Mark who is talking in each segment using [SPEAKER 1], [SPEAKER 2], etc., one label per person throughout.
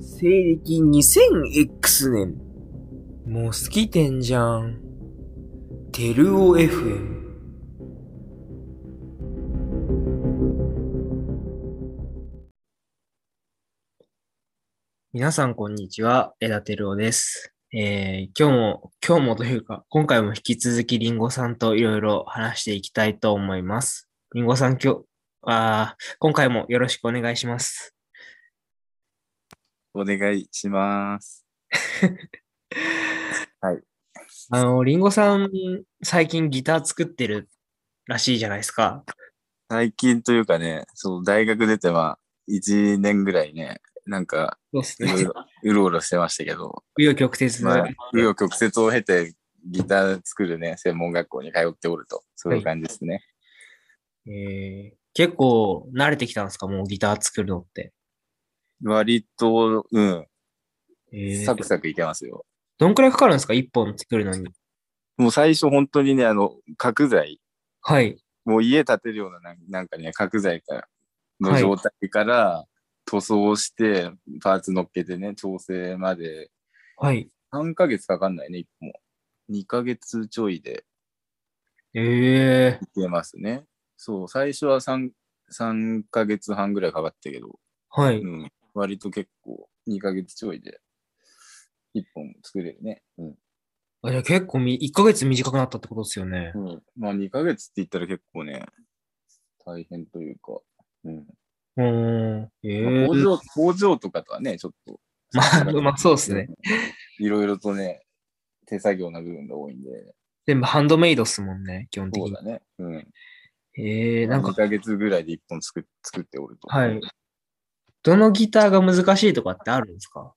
[SPEAKER 1] 西暦 2000X 年。もう好きてんじゃん。テルオ FM。皆さん、こんにちは。枝テルオです。えー今日も、今日もというか、今回も引き続きリンゴさんといろいろ話していきたいと思います。リンゴさん、今日、あー今回もよろしくお願いします。
[SPEAKER 2] お願いします。
[SPEAKER 1] あの、リンゴさん、最近ギター作ってるらしいじゃないですか。
[SPEAKER 2] 最近というかね、そう、大学出てまあ、1年ぐらいね、なんか、
[SPEAKER 1] そうです
[SPEAKER 2] いろ いろうろうろしてましたけど、
[SPEAKER 1] 紆余曲折の、
[SPEAKER 2] まあ、紆余曲折を経て、ギター作るね、専門学校に通っておると、そういう感じですね。
[SPEAKER 1] えー結構慣れてきたんですかもうギター作るのって。
[SPEAKER 2] 割と、うん、
[SPEAKER 1] えー
[SPEAKER 2] サクサクいけますよ。
[SPEAKER 1] どんくらいかかるんですか一本作るのに。
[SPEAKER 2] もう最初本当にね、あの、角材、
[SPEAKER 1] はい。
[SPEAKER 2] もう家建てるようななんなんかね、角材から
[SPEAKER 1] は
[SPEAKER 2] の
[SPEAKER 1] い
[SPEAKER 2] 状態から塗装して、パーツ乗っけてね、調整まで
[SPEAKER 1] はい。
[SPEAKER 2] 3ヶ月かかんないね、一歩も。2ヶ月ちょいで
[SPEAKER 1] ええ
[SPEAKER 2] いけますね。そう、最初は 3, 3ヶ月半ぐらいかかったけど、
[SPEAKER 1] は
[SPEAKER 2] う
[SPEAKER 1] い。
[SPEAKER 2] ん、割と結構2ヶ月ちょいで1本作れるね。うん。
[SPEAKER 1] あじゃあ結構み、1ヶ月短くなったってことですよね。
[SPEAKER 2] うん、まあ2ヶ月って言ったら結構ね、大変というか、うん。
[SPEAKER 1] うーん。ええ
[SPEAKER 2] まあ工場、工場とかとはね、ちょっと。
[SPEAKER 1] まあ、まあそうですね。
[SPEAKER 2] うん。いろいろとね、手作業な部分が多いんで、
[SPEAKER 1] 全部ハンドメイドっすもんね、基本的
[SPEAKER 2] そう
[SPEAKER 1] に
[SPEAKER 2] だ。ね。うん。
[SPEAKER 1] ええ
[SPEAKER 2] な
[SPEAKER 1] なんん
[SPEAKER 2] か
[SPEAKER 1] か
[SPEAKER 2] 2、ヶ月ぐらいで1本作っ作っておると。
[SPEAKER 1] はい。どのギターが難しいとかってあるんですか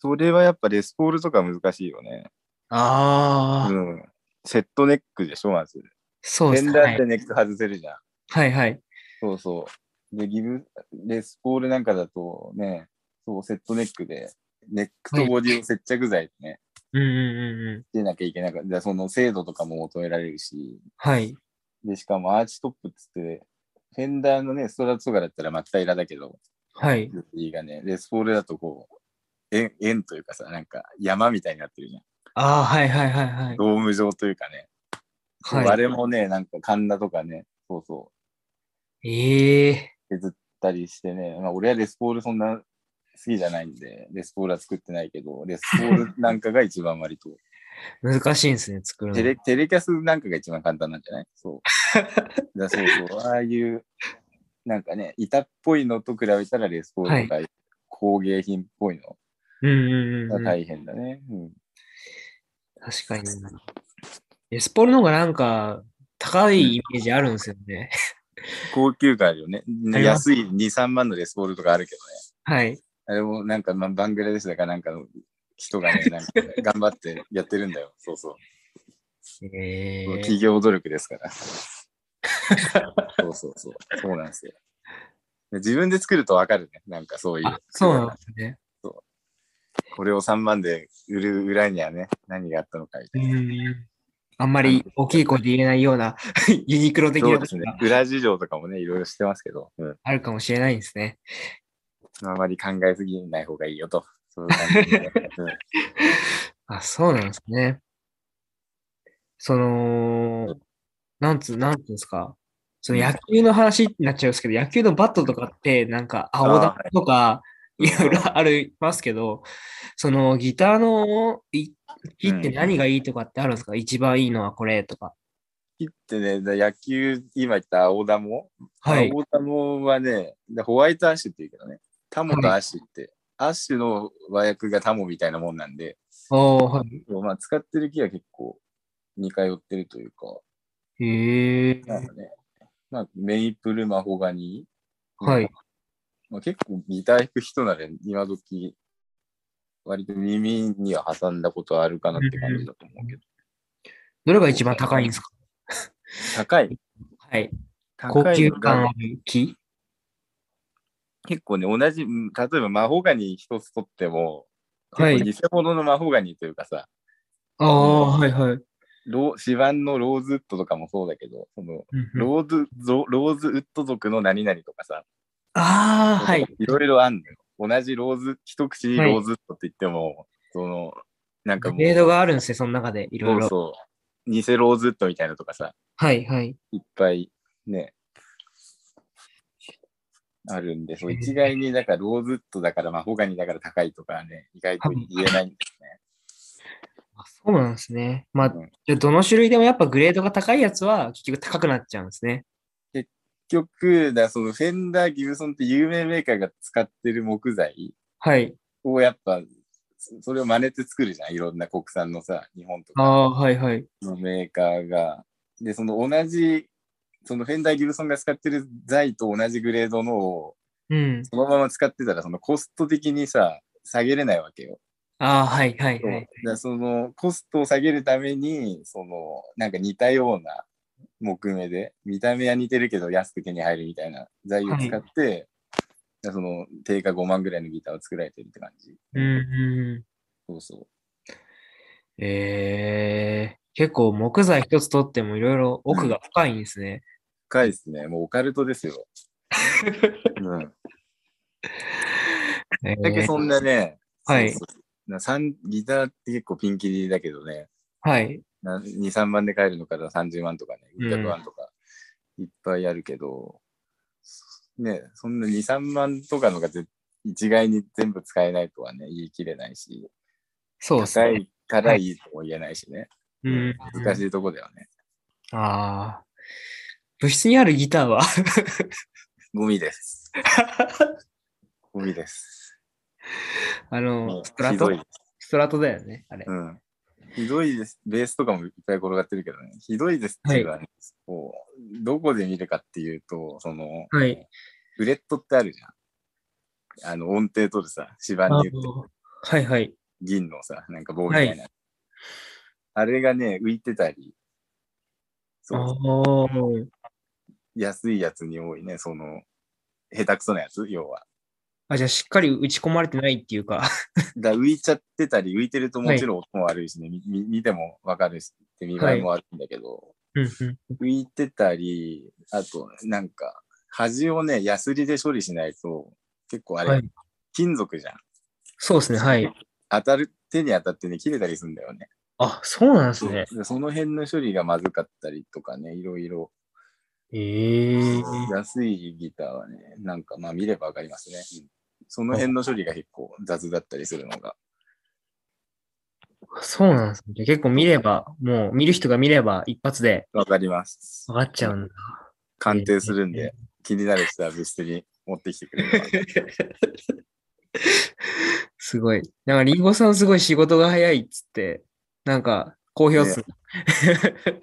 [SPEAKER 2] それはやっぱレスポールとか難しいよね。
[SPEAKER 1] ああ、
[SPEAKER 2] うん。セットネックでしょ、まず。
[SPEAKER 1] そうで
[SPEAKER 2] フ
[SPEAKER 1] す
[SPEAKER 2] ェン
[SPEAKER 1] ね。
[SPEAKER 2] ダ
[SPEAKER 1] は
[SPEAKER 2] ーっ
[SPEAKER 1] い
[SPEAKER 2] てネック外せるじゃん。
[SPEAKER 1] はいはい。
[SPEAKER 2] そうそう。で、ギブ、レスポールなんかだとね、そう、セットネックで、ネックとボディを接着剤でね、
[SPEAKER 1] うんうんうんうん。
[SPEAKER 2] 出なきゃいけなかった。でその精度とかも求められるし、
[SPEAKER 1] はい。
[SPEAKER 2] で、しかもアーチトップっつって、フェンダーのね、ストラッツとかだったら真っ平らだけど、
[SPEAKER 1] はい。
[SPEAKER 2] いいがね、レスポールだとこう、円円というかさ、なんか山みたいになってるじゃん。
[SPEAKER 1] ああ、はいはいはいはい。
[SPEAKER 2] ドーム状というかね。
[SPEAKER 1] はい、
[SPEAKER 2] あれもね、なんか神田とかね、そうそ
[SPEAKER 1] ええ
[SPEAKER 2] う、削ったりしてね、まあ、俺はレスポールそんな好きじゃないんで、レスポールは作ってないけど、レスポール なんかが一番割と、
[SPEAKER 1] 難しいんですね、作るの。
[SPEAKER 2] テレテレキャスなんかが一番簡単なんじゃない そう。だそうそう、ああいう、なんかね、板っぽいのと比べたらレスポールとか、工芸品っぽいの
[SPEAKER 1] うんうんうんう
[SPEAKER 2] が
[SPEAKER 1] ん、
[SPEAKER 2] 大変だね。うん
[SPEAKER 1] 確かに。エスポールの方がなんか高いイメージあるんですよね。
[SPEAKER 2] 高級感あるよね。
[SPEAKER 1] あります
[SPEAKER 2] 安い2、3万のレスポールとかあるけどね。
[SPEAKER 1] はい。
[SPEAKER 2] あれもなんか、まあ、バングラデシュだかなんかの人が ね、なんか頑張ってやってるんだよ。そうそう。
[SPEAKER 1] えー、
[SPEAKER 2] 企業努力で すから。そうそうそう。そうなんですよ。で自分で作るとわかるね。なんかそうい
[SPEAKER 1] あ
[SPEAKER 2] う。
[SPEAKER 1] そうなんですね。
[SPEAKER 2] これを3万で売る裏にはね、何があったのかみた
[SPEAKER 1] う
[SPEAKER 2] いな。
[SPEAKER 1] ん。あんまり大きい声で言えないような ユニクロ的
[SPEAKER 2] そう
[SPEAKER 1] な
[SPEAKER 2] で
[SPEAKER 1] こ
[SPEAKER 2] す
[SPEAKER 1] と
[SPEAKER 2] ね
[SPEAKER 1] が。
[SPEAKER 2] 裏事情とかもね、いろいろしてますけど、うん、
[SPEAKER 1] あるかもしれないんですね。
[SPEAKER 2] あまり考えすぎない方がいいよと。そういう感 じで、うん
[SPEAKER 1] あ、そうなんですね。その、なんつ、なんつうんですか。その
[SPEAKER 2] うん
[SPEAKER 1] 野球の話になっちゃうんですけど、野球のバットとかって、なんか青
[SPEAKER 2] あー
[SPEAKER 1] 球とか、いろいろありますけど、そのギターのい木って
[SPEAKER 2] うん
[SPEAKER 1] 何がいいとかってあるんですか一番いいのはこれとか。
[SPEAKER 2] 切ってね、で野球、今言った青田も、
[SPEAKER 1] はい。
[SPEAKER 2] 青田もはね、でホワイトアッシュって言うけどね、タモとアッシュって、アッシュの和訳がタモみたいなもんなんで、
[SPEAKER 1] おー、はい。
[SPEAKER 2] まあ、使ってる木は結構似通ってるというか、
[SPEAKER 1] へえ。
[SPEAKER 2] なんかね、まあ、メイプル、マホガニー、
[SPEAKER 1] はい。
[SPEAKER 2] まあ、結構ギター弾く人なら今時、割と耳には挟んだことはあるかなって感じだと思うけど、
[SPEAKER 1] どれが一番高いんですか
[SPEAKER 2] 高い、
[SPEAKER 1] はい。高
[SPEAKER 2] 高い
[SPEAKER 1] 級
[SPEAKER 2] のが
[SPEAKER 1] 感ある木
[SPEAKER 2] 結構ね、同じ、うん例えばマホガニー一つ取っても、
[SPEAKER 1] はい
[SPEAKER 2] 結構偽物のマホガニーというかさ、
[SPEAKER 1] ああ、はいはい。
[SPEAKER 2] ローシワンのローズウッドとかもそうだけど、そのローズゾローズウッド族の何々とかさ、
[SPEAKER 1] ああ、はい。
[SPEAKER 2] いろいろあんのよ。同じローズ、一口ローズットって言っても、その、なんかもう、
[SPEAKER 1] レードがあるんですよ、その中でいろい
[SPEAKER 2] そう
[SPEAKER 1] ろ。
[SPEAKER 2] そう、偽ローズットみたいなとかさ、
[SPEAKER 1] はいはい。
[SPEAKER 2] いっぱいね、あるんで、そう一概に、だからローズットだから、まあ、他にだから高いとかね、意外と言えないんですね。
[SPEAKER 1] あそうなんですね。まあ
[SPEAKER 2] うん、
[SPEAKER 1] じゃあどの種類でもやっぱグレードが高いやつは結局高くなっちゃうんですね。
[SPEAKER 2] 結局、だそのフェンダー、ギブソンって有名メーカーが使ってる木材
[SPEAKER 1] はい。
[SPEAKER 2] をやっぱ、そそれを真似て作るじゃん。いろんな国産のさ、日本と
[SPEAKER 1] あ
[SPEAKER 2] か
[SPEAKER 1] あ、はいはい。
[SPEAKER 2] のメーカーが。で、その同じ、そのフェンダー、ギブソンが使ってる材と同じグレードのを
[SPEAKER 1] うん。
[SPEAKER 2] そのまま使ってたら、そのコスト的にさ、下げれないわけよ。
[SPEAKER 1] ああ、はいはい
[SPEAKER 2] そう
[SPEAKER 1] は
[SPEAKER 2] だ
[SPEAKER 1] い
[SPEAKER 2] か。らそのコストを下げるために、そのなんか似たような木目で、見た目は似てるけど安く手に入るみたいな材料を使って、だからその定価5万ぐらいのギターを作られてるって感じ。
[SPEAKER 1] うんうん。
[SPEAKER 2] そうそう。
[SPEAKER 1] ええ結構木材一つとってもいろいろ奥が深いんですね。
[SPEAKER 2] 深いですね。もうオカルトで すよ。うん、
[SPEAKER 1] え
[SPEAKER 2] だけ
[SPEAKER 1] ー
[SPEAKER 2] そんなね、
[SPEAKER 1] はい
[SPEAKER 2] そうそうなさんギターって結構ピンキリだけどね、
[SPEAKER 1] はい。
[SPEAKER 2] な2、3万で買えるのから30万とかね、100万とかいっぱいあるけど、ね、そんな2、3万とかのがぜ一概に全部使えないとはね、言い切れないし、
[SPEAKER 1] そうです
[SPEAKER 2] 高
[SPEAKER 1] ね。
[SPEAKER 2] いからいいとも言えないしね、
[SPEAKER 1] うん。
[SPEAKER 2] 難しいとこだよね。
[SPEAKER 1] ああ。部室にあるギターは
[SPEAKER 2] ゴミです。ゴミです。
[SPEAKER 1] あ
[SPEAKER 2] もう
[SPEAKER 1] の、ストラ
[SPEAKER 2] ひど
[SPEAKER 1] ト
[SPEAKER 2] い、
[SPEAKER 1] ストラトだよね、あれ。
[SPEAKER 2] うん。ひどいです。ベースとかもいっぱい転がってるけどね、ひどいですっていうのはね、こうどこで見るかっていうと、その、
[SPEAKER 1] はい。
[SPEAKER 2] フレットってあるじゃん。あの、音程取るさ、芝
[SPEAKER 1] あ
[SPEAKER 2] に
[SPEAKER 1] の
[SPEAKER 2] 言って。
[SPEAKER 1] はいはい。
[SPEAKER 2] 銀のさ、なんか棒みたいな。あれがね、浮いてたり、
[SPEAKER 1] あ
[SPEAKER 2] そう、
[SPEAKER 1] ー
[SPEAKER 2] 安いやつに多いね、その、下手くそなやつ、要は。
[SPEAKER 1] あ、じゃあしっかり打ち込まれてないっていうか。
[SPEAKER 2] だ浮いちゃってたり、浮いてるともちろん音も悪いしね、みみ見てもわかるし、って見栄えも悪いんだけど、
[SPEAKER 1] うんうん
[SPEAKER 2] 浮いてたり、あと、なんか、端をね、ヤスリで処理しないと、結構あれ、
[SPEAKER 1] はい
[SPEAKER 2] 金属じゃん。
[SPEAKER 1] そうですね、はい。
[SPEAKER 2] 当たる、手に当たってね、切れたりするんだよね。
[SPEAKER 1] あ、そうなんですね。
[SPEAKER 2] でその辺の処理がまずかったりとかね、いろいろ。
[SPEAKER 1] ええ
[SPEAKER 2] 安いギターはね、なんかまあ見ればわかりますね。うんその辺の処理が結構雑だったりするのが。
[SPEAKER 1] そうなんですね。結構見れば、もう見る人が見れば一発で
[SPEAKER 2] わかります。
[SPEAKER 1] 分かっちゃうん だ。
[SPEAKER 2] 鑑定するんで、気になる人は別室に持ってきてくれれ ば。
[SPEAKER 1] すごい。なんか、リンゴさんすごい仕事が早いっつって、なんか、好評っすね。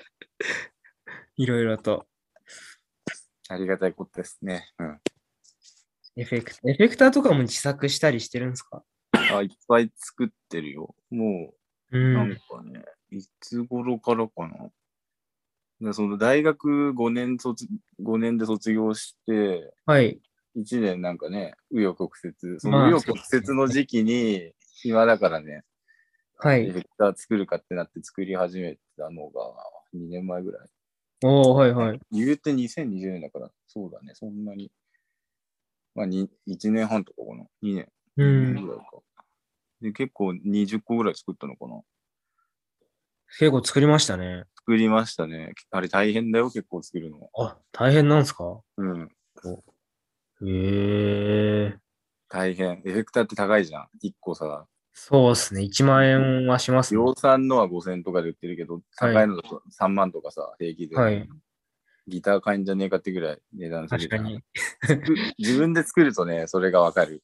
[SPEAKER 1] いろいろと。
[SPEAKER 2] ありがたいことですね。うん。
[SPEAKER 1] エフェクトエフェクターとかも自作したりしてるんですか
[SPEAKER 2] あ、いっぱい作ってるよ。も
[SPEAKER 1] う
[SPEAKER 2] う、なん
[SPEAKER 1] ん。
[SPEAKER 2] かね、いつ頃からかな。でその大学5年卒、5年で卒業して、
[SPEAKER 1] はい。
[SPEAKER 2] 一年なんかね、紆余曲折、そ
[SPEAKER 1] まあ
[SPEAKER 2] の紆余曲折の時期に、暇だからね、
[SPEAKER 1] は
[SPEAKER 2] エフ
[SPEAKER 1] い。
[SPEAKER 2] ェクター作るかってなって作り始めたのが2年前ぐらい。
[SPEAKER 1] おー、はいはい。
[SPEAKER 2] 言うて2020年だから、そうだね、そんなに。まあ、に1年半とかかな。2年。
[SPEAKER 1] う
[SPEAKER 2] 二年
[SPEAKER 1] ん。
[SPEAKER 2] ぐらいか。で、結構20個ぐらい作ったのかな。
[SPEAKER 1] 結構作りましたね。
[SPEAKER 2] 作りましたね。あれ大変だよ、結構作るの。
[SPEAKER 1] あ、大変なんですか
[SPEAKER 2] うん。
[SPEAKER 1] へえ。
[SPEAKER 2] 大変。エフェクターって高いじゃん。1個さ、
[SPEAKER 1] そうですね。1万円はしますね。
[SPEAKER 2] 量産のは5000とかで売ってるけど、
[SPEAKER 1] はい
[SPEAKER 2] 高いのだと3万とかさ、平気で。
[SPEAKER 1] はい。
[SPEAKER 2] ギター買えんじゃねえかってぐらい値段す
[SPEAKER 1] 確
[SPEAKER 2] るじ
[SPEAKER 1] か
[SPEAKER 2] ゃん。
[SPEAKER 1] に。
[SPEAKER 2] 自分で作るとね、それがわかる。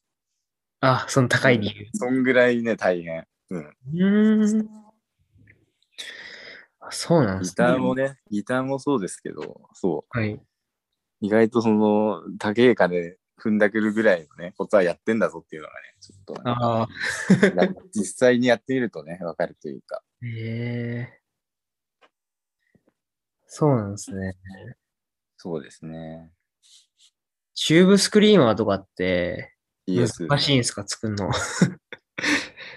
[SPEAKER 1] あ、その高い理由。
[SPEAKER 2] そんぐらいね、大変。うん。
[SPEAKER 1] うーん。あそうなんで
[SPEAKER 2] ギ
[SPEAKER 1] すね。
[SPEAKER 2] ターもね、ギターもそうですけど、そ
[SPEAKER 1] はい。
[SPEAKER 2] う。意外とその、高え金踏んだくるぐらいのね、ことはやってんだぞっていうのがね、ちょっとね、
[SPEAKER 1] ああ、
[SPEAKER 2] なんか実際にやってみるとね、わかるというか。
[SPEAKER 1] ええそうなんですね。
[SPEAKER 2] そうですね。
[SPEAKER 1] チューブスクリーマーとかって、
[SPEAKER 2] DS。
[SPEAKER 1] 難しいんですか、作るの。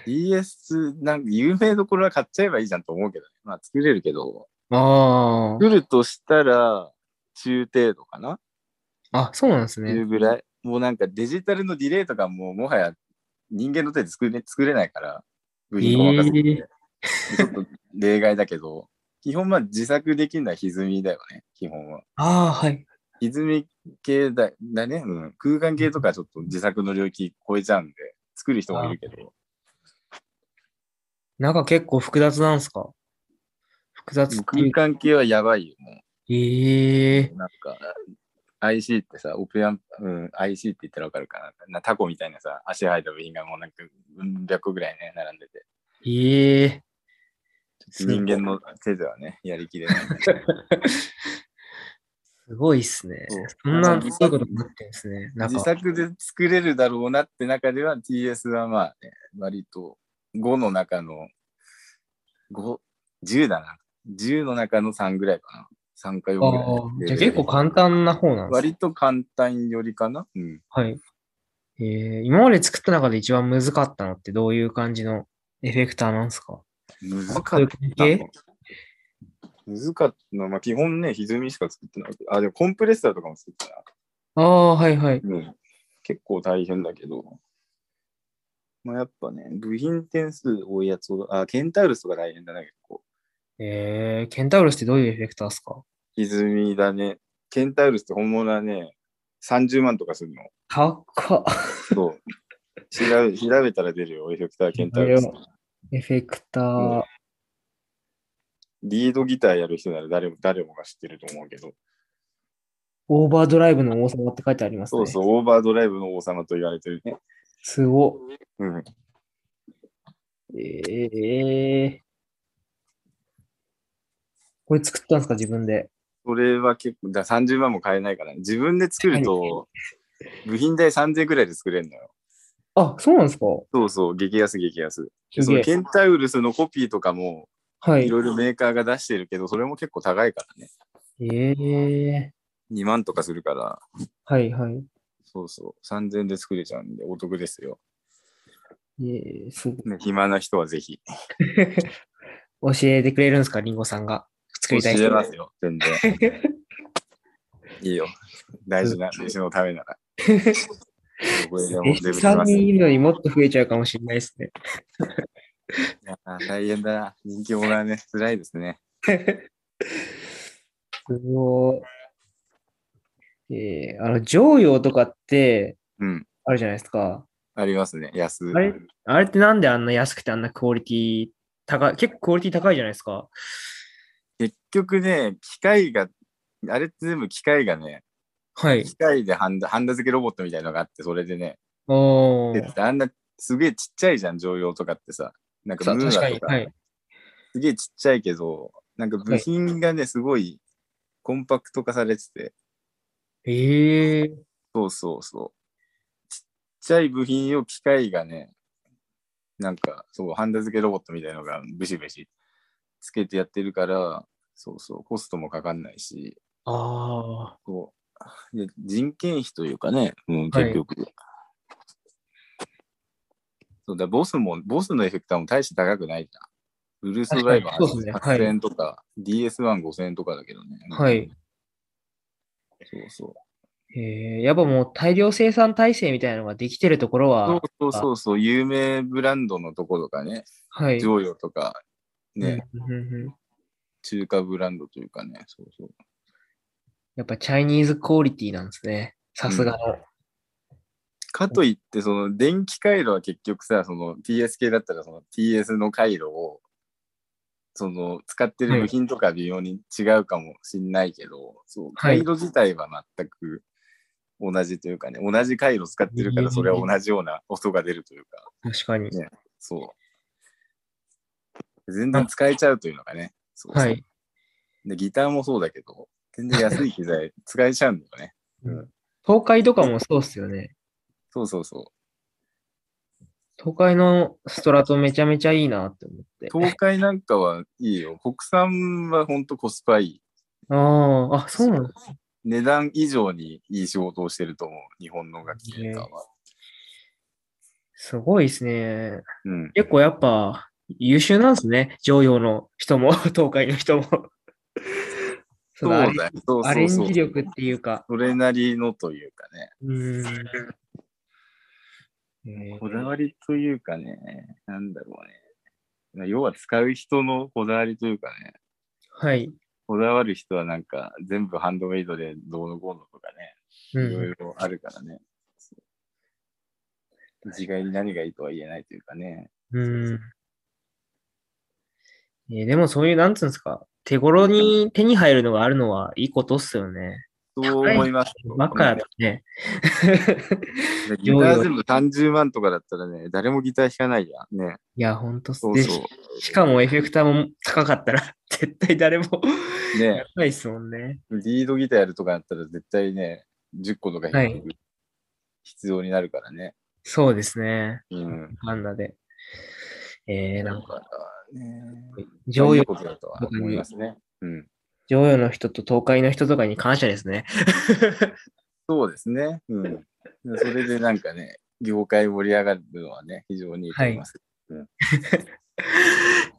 [SPEAKER 2] DS、なんか有名どころは買っちゃえばいいじゃんと思うけどね。まあ作れるけど、
[SPEAKER 1] あ
[SPEAKER 2] 作るとしたら、中程度かな
[SPEAKER 1] あ、あ、そうなんです
[SPEAKER 2] ってい
[SPEAKER 1] ね。
[SPEAKER 2] うぐらい。もうなんかデジタルのディレイとかももはや人間の手で作れ作れないから、部品ごまかすので、ちょっと例外だけど、基本まあ自作できるのは歪みだよね、基本は。
[SPEAKER 1] ああ、はい。
[SPEAKER 2] 歪み系だだね、うん、空間系とかちょっと自作の領域超えちゃうんで、作る人もいるけど、
[SPEAKER 1] なんか結構複雑なんですか複雑ってい
[SPEAKER 2] 空
[SPEAKER 1] うか。
[SPEAKER 2] 間系はやばいよ、もう。
[SPEAKER 1] ええ
[SPEAKER 2] なんか、IC ってさ、オペアン、うん、IC って言ったらわかるかな。なタコみたいなさ、足生えた部品がもうなんか、うん、100個ぐらいね、並んでて。
[SPEAKER 1] ええ
[SPEAKER 2] 人間の手ではね、やり きれない。
[SPEAKER 1] すごいっすね
[SPEAKER 2] そう。
[SPEAKER 1] そんな、
[SPEAKER 2] あの
[SPEAKER 1] そういうことになってるんですね。なん
[SPEAKER 2] 自
[SPEAKER 1] か、
[SPEAKER 2] 作で作れるだろうなって中では、TS はまあ、ね、割と5の中の、5、10だな。10の中の3ぐらいかな。3か4
[SPEAKER 1] あ
[SPEAKER 2] ぐらい。
[SPEAKER 1] あ、じゃあ結構簡単な方なんですね
[SPEAKER 2] 割と簡単よりかな。うん。
[SPEAKER 1] はい。えー、今まで作った中で一番難かったのってどういう感じのエフェクターなんですか
[SPEAKER 2] 難
[SPEAKER 1] そういう関係
[SPEAKER 2] 難かったのは、まあ、基本ね、歪みしか作ってなくて、あ、でもコンプレッサーとかも作って
[SPEAKER 1] ああ、はいはい。
[SPEAKER 2] な。うん。結構大変だけど。まあ、やっぱね、部品点数多いやつを、あ、ケンタウルスとか大変だね、結構。
[SPEAKER 1] えー、ケンタウロスってどういうエフェクターですか
[SPEAKER 2] 歪みだね。ケンタウルスって本物はね、30万とかするの。
[SPEAKER 1] かっこ
[SPEAKER 2] そう。調べ調べたら出るよ、エフェクター、ケンタウルス。
[SPEAKER 1] エフェクター、
[SPEAKER 2] うんリードギターやる人なら誰も誰もが知ってると思うけど。
[SPEAKER 1] オーバードライブの王様って書いてありますね。
[SPEAKER 2] そうそう、オーバードライブの王様と言われてるね。
[SPEAKER 1] すご
[SPEAKER 2] うん。
[SPEAKER 1] っ。えー。これ作ったんですか自分で。
[SPEAKER 2] それは結構、だ30万も買えないから、ね、自分で作ると、部品代3000くらいで作れるのよ。
[SPEAKER 1] あ、そうなんですか
[SPEAKER 2] そうそう、激安激安。
[SPEAKER 1] す
[SPEAKER 2] そ
[SPEAKER 1] げ
[SPEAKER 2] の
[SPEAKER 1] え
[SPEAKER 2] ケンタウルスのコピーとかも、
[SPEAKER 1] はいい。
[SPEAKER 2] ろいろメーカーが出してるけど、それも結構高いからね。
[SPEAKER 1] えー。
[SPEAKER 2] 2万とかするから、
[SPEAKER 1] はいはい。
[SPEAKER 2] そうそう、3000で作れちゃうんで、お得ですよ。
[SPEAKER 1] えー、すごい
[SPEAKER 2] ね暇な人はぜひ。
[SPEAKER 1] 教えてくれるんですかリンゴさんが。作
[SPEAKER 2] 教
[SPEAKER 1] りたい人
[SPEAKER 2] えますよ、全然。いいよ。大事な弟子のためな ら。どこへでも
[SPEAKER 1] え、
[SPEAKER 2] 出てきま
[SPEAKER 1] 3
[SPEAKER 2] す
[SPEAKER 1] 人いるのにもっと増えちゃうかもしれないですね。
[SPEAKER 2] いやー大変だな。人気もらうね、辛いですね。
[SPEAKER 1] すごい。えー、あの、常用とかって、
[SPEAKER 2] うん、
[SPEAKER 1] あるじゃないですか。
[SPEAKER 2] ありますね、安。
[SPEAKER 1] あれあれってなんであんな安くてあんなクオリティ高い、結構クオリティ高いじゃないですか。
[SPEAKER 2] 結局ね、機械が、あれって全部機械がね、
[SPEAKER 1] はい。
[SPEAKER 2] 機械でハンダハンダ付けロボットみたいのがあって、それでね、
[SPEAKER 1] お
[SPEAKER 2] で
[SPEAKER 1] ー。
[SPEAKER 2] あんなすげえちっちゃいじゃん、常用とかってさ。なんか
[SPEAKER 1] さ
[SPEAKER 2] ムー
[SPEAKER 1] 確か
[SPEAKER 2] アと
[SPEAKER 1] に。
[SPEAKER 2] か、
[SPEAKER 1] はい。
[SPEAKER 2] すげえちっちゃいけど、なんか部品がね、すごいコンパクト化されてて、
[SPEAKER 1] えー、
[SPEAKER 2] そうそうそう。ちっちゃい部品を機械がね、なんか、そう、ハンダ付けロボットみたいのがブシブシつけてやってるから、そうそう、コストもかかんないし、
[SPEAKER 1] あ
[SPEAKER 2] こう、で人件費というかね、うん、結局。そうだ、ボスも、ボスのエフェクターも大して高くないじゃん。ブルースドライバ
[SPEAKER 1] 確
[SPEAKER 2] ー
[SPEAKER 1] かにそうですねはい
[SPEAKER 2] 8000円とか、DS15000 円とかだけどね。
[SPEAKER 1] ー。はい。
[SPEAKER 2] そうそう。
[SPEAKER 1] えー、やっぱもう大量生産体制みたいなのができてるところ
[SPEAKER 2] そう
[SPEAKER 1] は、
[SPEAKER 2] そうそうそう、有名ブランドのとことかね、
[SPEAKER 1] はい。
[SPEAKER 2] 常用とか、ね、
[SPEAKER 1] うんうんうん
[SPEAKER 2] 中華ブランドというかね、そうそう。
[SPEAKER 1] やっぱチャイニーズクオリティなんですね。さすがの。
[SPEAKER 2] かといって、その電気回路は結局さ、その TS 系だったら、その TS の回路を、その使ってる部品とか微妙に違うかもしんないけど、そう
[SPEAKER 1] は
[SPEAKER 2] 回
[SPEAKER 1] い
[SPEAKER 2] 路自体は全く同じというかね、同じ回路使ってるか
[SPEAKER 1] え
[SPEAKER 2] ら、
[SPEAKER 1] ー
[SPEAKER 2] それは同じような音が出るというか、
[SPEAKER 1] 確かに。
[SPEAKER 2] そう。全然使えちゃうというのがね、そうそう
[SPEAKER 1] はい。
[SPEAKER 2] でギターもそうだけど、全然安い機材使えちゃうんだよね。
[SPEAKER 1] 東海とかもそうっすよね。
[SPEAKER 2] そうそうそう。
[SPEAKER 1] 東海のストラトめちゃめちゃいいなって思って。
[SPEAKER 2] 東海なんかはいいよ。 国産はほんとコスパいい。
[SPEAKER 1] ああ、あ、そうなんです
[SPEAKER 2] 値段以上にいい仕事をしてると思う。日本の楽器メーカーは。
[SPEAKER 1] すごいですね。
[SPEAKER 2] うん。
[SPEAKER 1] 結構やっぱ 優秀なんですね。常用の人も、東海の人も。そのアレン
[SPEAKER 2] だよ。そう
[SPEAKER 1] ア
[SPEAKER 2] そ
[SPEAKER 1] レ
[SPEAKER 2] う
[SPEAKER 1] ン
[SPEAKER 2] そう
[SPEAKER 1] ジ力っていうか、
[SPEAKER 2] それなりのというかね、
[SPEAKER 1] うーん。えー
[SPEAKER 2] こだわりというかね、なんだろうね。要は使う人のこだわりというかね、
[SPEAKER 1] はい。
[SPEAKER 2] こだわる人はなんか全部ハンドメイドでどうのこうのとか
[SPEAKER 1] う
[SPEAKER 2] ね、いろ
[SPEAKER 1] ん。
[SPEAKER 2] いろあるからね。一概に何がいいとは言えないというかね。
[SPEAKER 1] うんえーでもそういう、なんつうんですか、手頃に手に入るのがあるのはいいことっすよね。
[SPEAKER 2] そう思います。
[SPEAKER 1] バカだと ね。
[SPEAKER 2] ギター全部30万とかだったらね、誰もギター弾かないやん。ね。
[SPEAKER 1] いや、ほんとっす
[SPEAKER 2] そう
[SPEAKER 1] で
[SPEAKER 2] そ
[SPEAKER 1] ししかもエフェクターも高かったら、 絶対誰も
[SPEAKER 2] う。
[SPEAKER 1] や
[SPEAKER 2] ね
[SPEAKER 1] ら。ないっすもんね。
[SPEAKER 2] リードギターやるとかだったら絶対ね、10個とか弾く必要になるからね。
[SPEAKER 1] そうですね。
[SPEAKER 2] うん。
[SPEAKER 1] ハンナで。えー、なんか、
[SPEAKER 2] か、ね、
[SPEAKER 1] 常
[SPEAKER 2] い
[SPEAKER 1] 用
[SPEAKER 2] い、ことだとは思いますね。うん。
[SPEAKER 1] 常用の人と東海の人とかに感謝ですね。
[SPEAKER 2] そうですね。うん。それでなんかね、業界盛り上がるのはね、非常にいいと思います。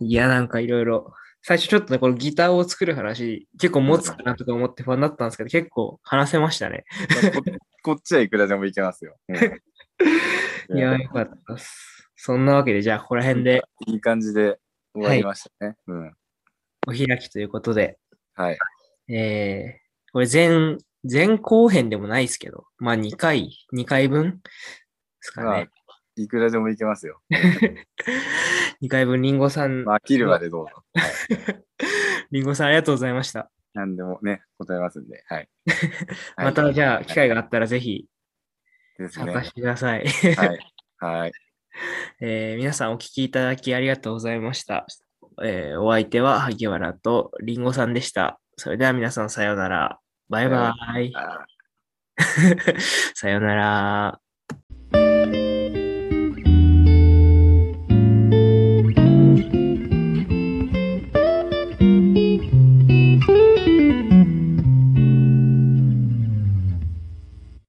[SPEAKER 1] いや、なんかいろいろ。最初ちょっとね、このギターを作る話、結構持つかなとか思って不安だったんですけど、結構話せましたね。
[SPEAKER 2] まあこ こっちはいくらでもいけますよ。うん
[SPEAKER 1] いや、よかったっす。そんなわけで、じゃあ、ここら辺で
[SPEAKER 2] いい感じで終わりましたね。うん。
[SPEAKER 1] お開きということで、
[SPEAKER 2] はい。
[SPEAKER 1] えー、これ前、前後編でもないですけど、まあ2回、2回分ですか
[SPEAKER 2] まあ
[SPEAKER 1] ね。、
[SPEAKER 2] いくらでもいけますよ。
[SPEAKER 1] 2回分、リンゴさん、
[SPEAKER 2] まあ、飽きるまでどうぞ。
[SPEAKER 1] リンゴさんありがとうございました。
[SPEAKER 2] 何でもね、答えますんで。 はい。
[SPEAKER 1] また、じゃ
[SPEAKER 2] は
[SPEAKER 1] あ、
[SPEAKER 2] い
[SPEAKER 1] 機会があったらぜひ
[SPEAKER 2] ですね。
[SPEAKER 1] 参加
[SPEAKER 2] はい
[SPEAKER 1] してください。。
[SPEAKER 2] はい。
[SPEAKER 1] えー皆さんお聞きいただきありがとうございました。えーお相手は萩原とりんごさんでした。それでは皆さんさようなら。バイバイ。
[SPEAKER 2] あー
[SPEAKER 1] さようなら。